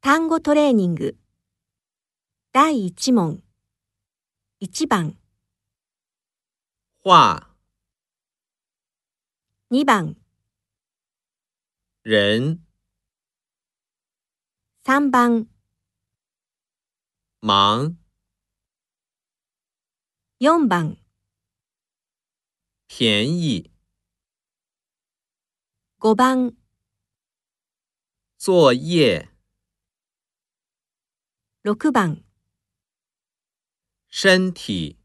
単語トレーニング。第1問。1番、画、 2番、人、 3番、忙、 4番、便宜、 5番、作业、 6番。身体。